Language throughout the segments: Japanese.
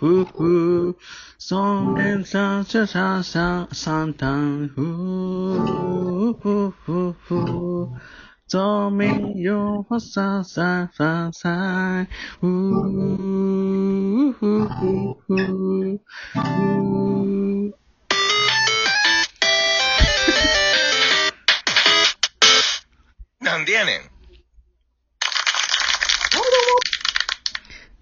呼呼，送给上上上上上当呼呼呼呼，做民用花洒洒洒洒，呼呼呼呼呼。なんでやねん。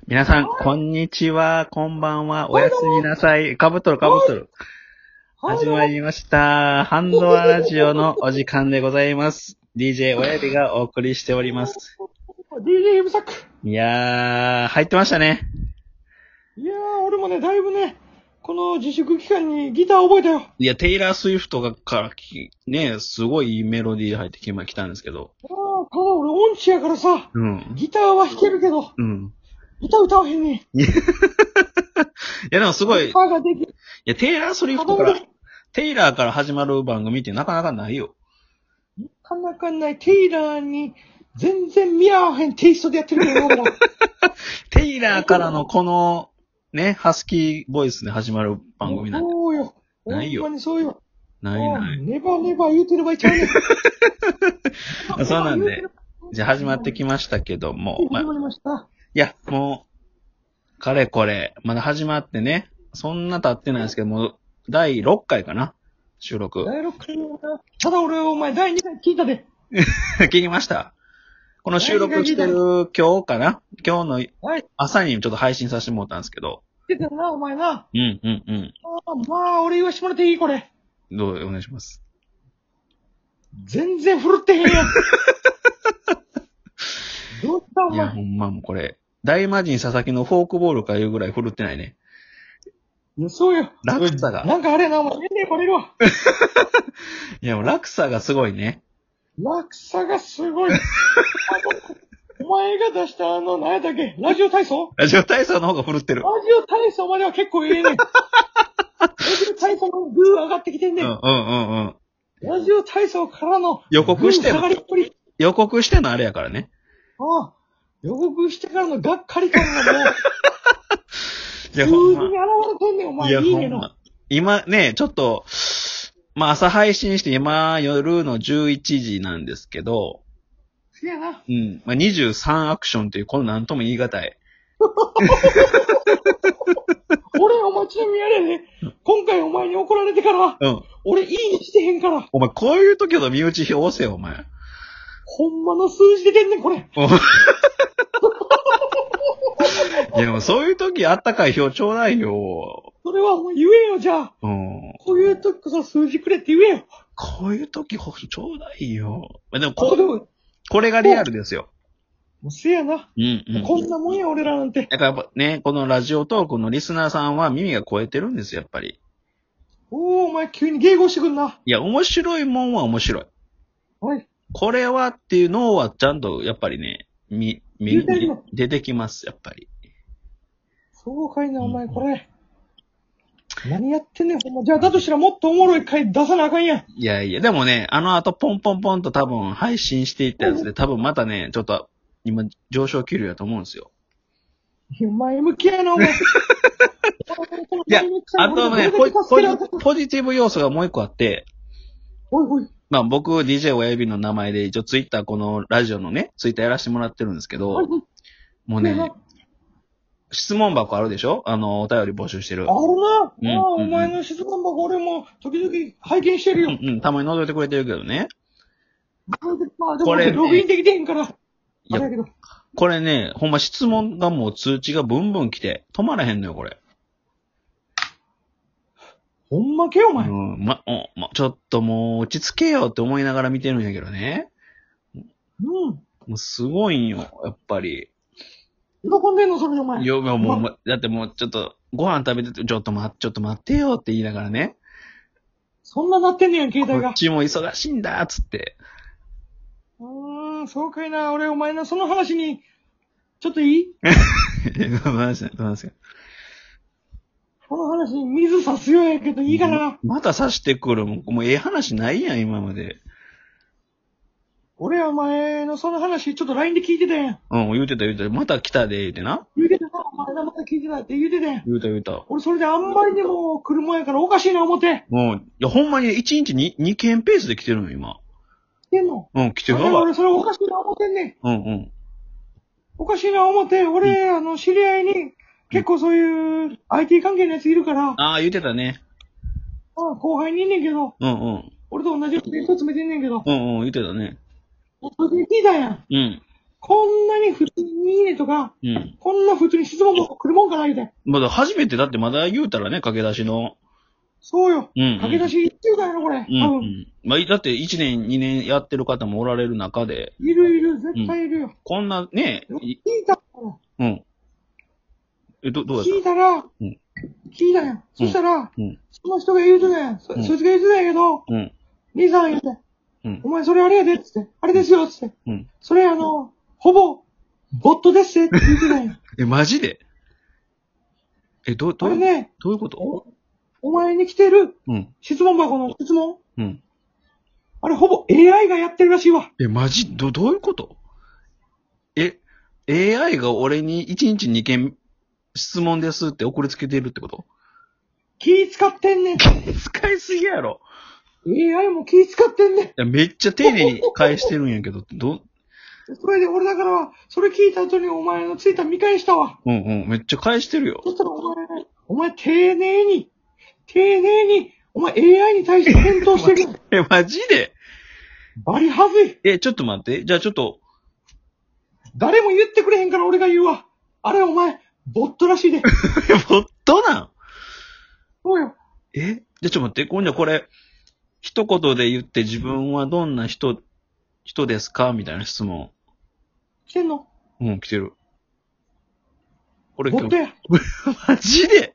皆さん、こんにちは、こんばんは、おやすみなさい。かぶっとる、かぶっとる。始まりました。ハンドアラジオのお時間でございます。DJ 親指がお送りしております。 DJ ムサック。いやー、入ってましたね。いやー、俺もね、だいぶね、この自粛期間にギター覚えたよ。いや、テイラー・スウィフトがからき、ね、すごいいいメロディー入ってきま、来たんですけど。あーただ俺音痴やからさ、うん。ギターは弾けるけど、うん。歌歌わへんねん。すいや、でもすごい、いパーができる。や、テイラー・スウィフトから、テイラーから始まる番組ってなかなかないよ。なかなかない。テイラーに全然見合わへんテイストでやってるけど、俺はテイラーからのこの、ね、ハスキーボイスで始まる 番組なんてそうよ。ないよほんまにそうよ。ないなうい。んネバーネバー言うてる場合ちゃうね ん。そうなんで。じゃあ始まってきましたけども、まあ始まりました。いや、もう、かれこれ、まだ始まってね、そんな経ってないですけども、第6回かな収録。第6回だただ俺、お前第2回聞いたで。 聞きましたこの収録してる今日かな今日のはい。朝にちょっと配信させてもらったんですけど。出てたな、お前な。うんうんうん。あーまあ、俺言わしてもらっていいこれ。どうお願いします。全然振るってへんや ん。どうしたおいや、前。ほんまもうこれ、大魔神佐々木のフォークボールかいうぐらい振るってないね。いや、そうよ。落差が。なんかあれやな、お前、年齢バレるわ。いや、もう落差がすごいね。落差がす ごい。あのお前が出したあの、何やったっけラジオ体操ラジオ体操の方が振るってるラ。ジオ体操までは結構 ええねん。ラジオ体操のグー上がってきてんうね。んうんんうんうん。ラジオ体操からの予告してんグーの上がりっぷり。予告してんのあれやからね。ああ予告してからのがっかり感がもう、い数字に現れてんねん、お前。いや、いいほねんの。ま。今ね、ちょっと、まあ朝配信して今夜の11時なんですけど、せやな。うん。まあ23アクションという、このなんとも言い難い。俺、お前ちなみにあれやね。今回お前に怒られてから、うん。俺いいにしてへんから、お前、こういう時ほど身内表せよ、お前。ほんまの数字出てんねん、これ。いや、もうそういう時あったかい表ちょうだいよ。それはお前言えよ、じゃあ。うん。こういう時こそ数字くれって言えよ。こういう時ほちょうだいよ。まあでも、ここでこ、も、もこれがリアルですよ。うせやな。うん、うん。こんなもんや、俺らなんて。だからやっぱね、このラジオトークのリスナーさんは耳が超えてるんですよ、やっぱり。おお、お前急に迎合してくんな。いや、面白いもんは面白い。おい、これはっていうのはちゃんとやっぱりね、み、み出てるよ、出てきます、やっぱり。そうかいな、お前これ。何やってんねん、ほんま。じゃあ、だとしたらもっとおもろい回出さなあかんやん。いやいや、でもね、あの後ポンポンポンと多分配信していったやつで、多分またね、ちょっと今上昇気流だと思うんですよ。いやお前向きやな、お前。いや、あとね、ほポいジポジポジティブ要素がもう一個あって、ほい。まあ僕、DJ 親指の名前で一応ツイッターこのラジオのね、ツイッターやらせてもらってるんですけほいど、ほい。もうね、質問箱あるでしょあの、お便り募集してる。あうんるな。ああ、うんお前の質問箱俺も時々拝見してるうよ。んうん、たまに覗いてくれてるけどね。まあでもこれ俺ログインできてへんから。いあやれやけど。これね、ほんま質問がもう通知がブンブン来て、止まらへんのよ、これ。ほんまけおう前。ん、ま、おま、ちょっともう落ち着けよって思いながら見てるんやけどね。うん。もうすごいんよ、やっぱり。喜んでんのそれでお前。いや、もう、もうだってもうちょっと、ご飯食べてて、ちょっと待って、ちょっと待ってよって言いながらね。そんななってんねやん、携こ帯がっ。ちも忙しいんだ、つって。うーん、そうかいな。俺お前のその話に、ちょっといいどうなんですかどうなんですかこの話に水差すようやけどいいかな。また刺してくる。もう、もうええ話ないやん、今まで。俺はお前のその話、ちょっと LINE で聞いてたやん。うん、言うてた言うてた。また来たで、言うてな。言うてたな、お前がまた聞いてたって言うてたやん。言うた言うた。俺それであんまりにも車やからおかしいな思って。うん。いや、ほんまに1日に2件ペースで来てるの、今。言ってんの。うん、来てだるからわ。俺それおかしいな思ってんねん。うんうん。おかしいな思って、俺、あの、知り合いに、結構そういう IT 関係のやついるから、ああ、言うてたね。まあ後輩にいんねんけど、うんうん。俺と同じやつ弁当詰めてんねんけど、うんうん、言うてたね。それで聞いたやん。うん。こんなに普通にいいねとか、うん。こんな普通に質問も来るもんかな言うて。まだ初めてだってまだ言うたらね、駆け出しの。そうよ。うん、うん。駆け出し一週間やろ、これ。多うん、う分。ん。まあ、だって1年、2年やってる方もおられる中で、いるいる、絶対いるよ。こんなね、聞いいたうん。え、ど、どうや聞っいたら、ん聞いたやん。そしたら、たうん。その人が言うてたやん。そうんそいつが言うてたんやけど、うん。兄さん言うて、うんお前それあれやでっつって、あれですよっつって。うん。それあの、ほぼ、ボットですって言ってたんや。え、マジでえ、ど、どあういれう、ね、どういうことお前に来てるうん。質問箱の質問、うん。あれほぼ AI がやってるらしいわ。え、マジ、ど、どういうことえ、AI が俺に1日2件質問ですって送りつけてるってこと気使ってんねん。使いすぎやろ。 AI も気使ってんねん。いや、めっちゃ丁寧に返してるんやけど、ど、それで俺だから、それ聞いた後にお前のツイッター見返したわ。うんうん、めっちゃ返してるよ。 そしたらお前、お前丁寧に、丁寧に、お前 AI に対して返答して る。え、マジでバリはずい。え、ちょっと待って。じゃあちょっと、 誰も言ってくれへんから俺が言うわ。あれお前、ボットらしいで。え、ボットなんそうよ。えじゃあちょっと待って。今度はこれ、一言で言って自分はどんな人、人ですかみたいな質問。来てんのうん、来てる。俺ボ今ット日、や。マジで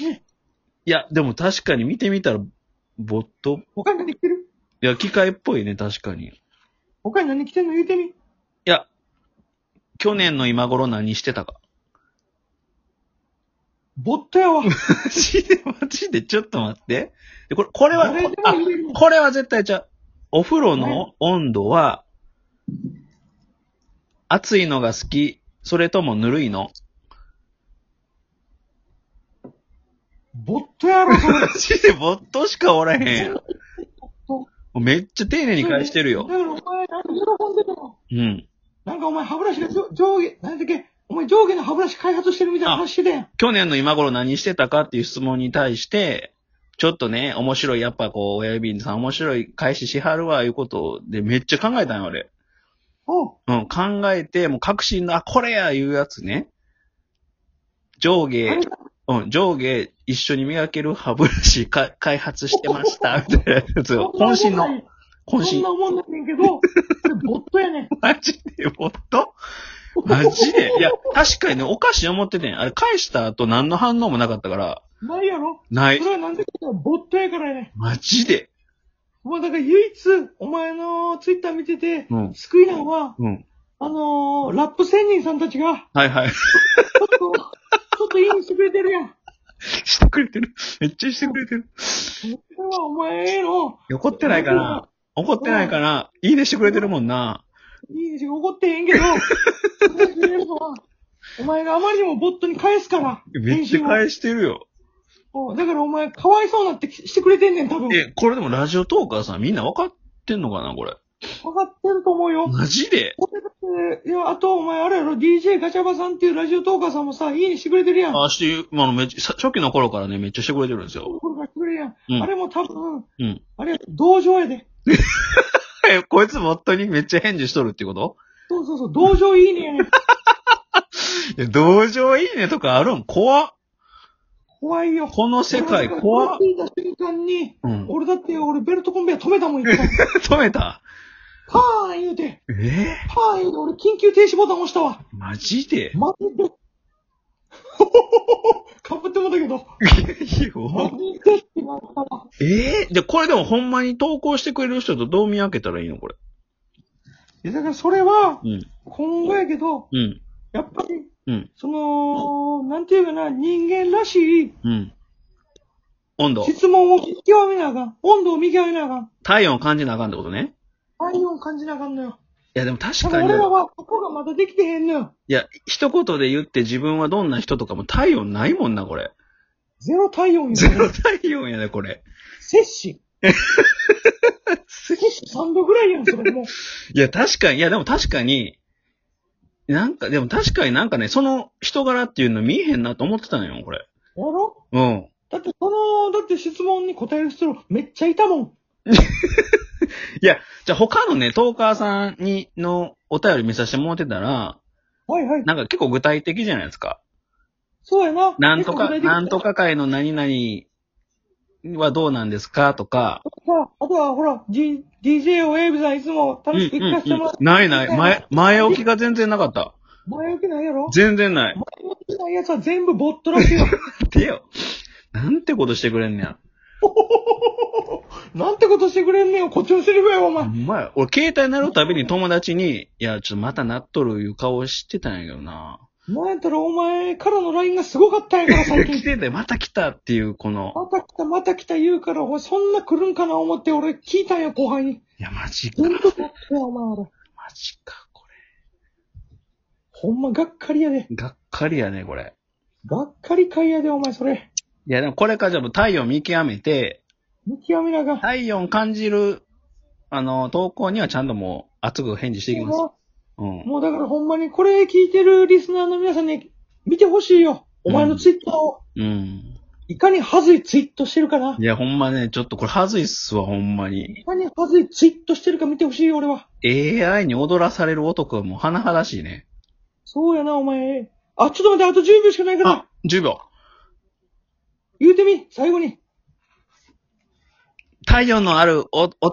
ねいや、でも確かに見てみたら、ボット他に何来てるいや、機械っぽいね、確かに。い他に何来てんの言うてみ。や、去年の今頃何してたか。ボット やわ。マジで、マジで、ちょっと待って。でこれ、これは、誰でもあ言える、これは絶対ちゃう。お風呂の温度は、熱いのが好き、それともぬるいのボットやろ、それ。マジで、ぼっとしかおらへんやん。ボッめっちゃ丁寧にト返してるよだ。からお前、なんか喜んでるの。うん。なんかお前歯ブラシが上上下、なんだっけ、お前上下の歯ブラシ開発してるみたいな話してたやん。去年の今頃何してたかっていう質問に対して、ちょっとね、面白い、やっぱこう、親指さん面白い返ししはるわ、いうことで、めっちゃ考えたんよ、俺。おううん、考えて、もう確信の、あ、これや、いうやつね。上あ下れ、うん、上下一緒に磨ける歯ブラシか開発してま した、みたいなやつを。渾身の、そん渾身な。思んないねんけど、これボットやねん。マジで、ほんとマジで。いや、確かにね、おかしい思っててん。あれ、返した後何の反応もなかったから、ないやろなそい。れはなんでかって言ったらボットやからやねん。マジで。お前だから唯一、お前のツイッター見てて、うん救いなんは、うん。あのー、ラップ仙人さんたちが、はいはい。 ちょっと、ちょっといいにしてくれてるやん。してくれてる。めっちゃしてくれてる。これはお前への、怒ってないかな怒ってないかないいねしてくれてるもんな。いいにしか怒ってへんけど、お前が言えるのはお前があまりにもボットに返すから、めっちゃ返返してるよ。おうだからお前、かわいそうなってきしてくれてんねん、多分。分え、これでもラジオトーカーさんみんな分かってんのかなこれ。かってると思うよ。マジでこれだっていや、あとお前、あれやろ、DJ ガチャバさんっていうラジオトーカーさんもさ、いいにしてくれてるやん。あ、して、まああの、めっちゃ、さ初期の頃からね、めっちゃしてくれてるんですよ。これからしてくれるやん。うんあれも多分、うん。あれやろ、同情やで。え、こいつボットにめっちゃ返事しとるってことそうそうそう、同情いいねやねん。いや、同情いいねとかあるん怖っ。怖いよ。この世界怖っこ。れだからこれ聞いた瞬間に、うん。俺だって俺ベルトコンベヤ止めたもん、 一回。止めた。パーン言うて、えー、パーン言うて、俺緊急停止ボタン押したわ。マジでマ ジで。かぶってもうたけど、いやマおジでってなったわ。えー、で、これでもほんまに投稿してくれる人とどう見分けたらいいのこれ。いやだからそれは、うん。今後やけど、うん。やっぱり、うん。その、なんていうかな、人間らしいうん。温度。質問を見極めなあかん。温度を見極めなあかん。体温を感じなあかんってことね。体温感じなあかんのよ。や、でも確多か分に、俺らいはここがまだできてへんのよ。や、一言で言って自分はどんな人とかも体温ないもんな、これ。ゼロ体温よ。ゼロ体温やね、これ。摂 氏。摂氏3度ぐらいやん、それもう。いや、確かに、いや、でも確かに、なんか、でも確かになんかね、その人柄っていうの見えへんなと思ってたのよ、これ。やろうん。だってその、だって質問に答える人めっちゃいたもん。いや、じゃあ他のね、トーカーさんに、のお便り見させてもらってたら、はいはい。なんか結構具体的じゃないですか。そうやな。なんとか、結構具体的だなんと。か会の何々はどうなんですかとか。さあ、あとはほら、D、DJ をエイブさんいつもうん楽しく聞かせてもらって。ないない。前、前置きが全然なかった。前置きないやろ全然ない。前置きないやつは全部ボットら しいよ。てよ。なんてことしてくれんねや。なんてことしてくれんねんよ、こっちのセリフやわ、おお前。前、俺携帯鳴るたびに友達に、いや、ちょっとまたなっとるいう顔してたんやけどな。なんやったらお前からの LINE がすごかったんやから、最来 近。てて、また来たっていう、この、また来た、また来た言うから、お前そんな来るんかな思って俺聞いたんや、後輩に。いや、マジか、ほマんとだったよ、お前あれ。ジか、こほんまがっかりやで。れ。がっかりやね、これ。がっかりかいやで、お前それ。いや、でもこれからじゃあもう体温見極めて、見極めなが。体温感じる、あの、投稿にはちゃんともう熱く返事していきます。もうんう、。もうだからほんまにこれ聞いてるリスナーの皆さんに見てほしいよ。お前のツイッターを。うん。いかにはずいツイートしてるかな。いや、ほんまね、ちょっとこれはずいっすわ、ほんまに。いかにはずいツイートしてるか見てほしいよ、俺は。 AI に踊らされる男はもう甚だしいね。そうやな、お前。あ、ちょっと待って、あと10秒しかないからあ、、10秒。言うてみ、最後に。太陽のあるお、お、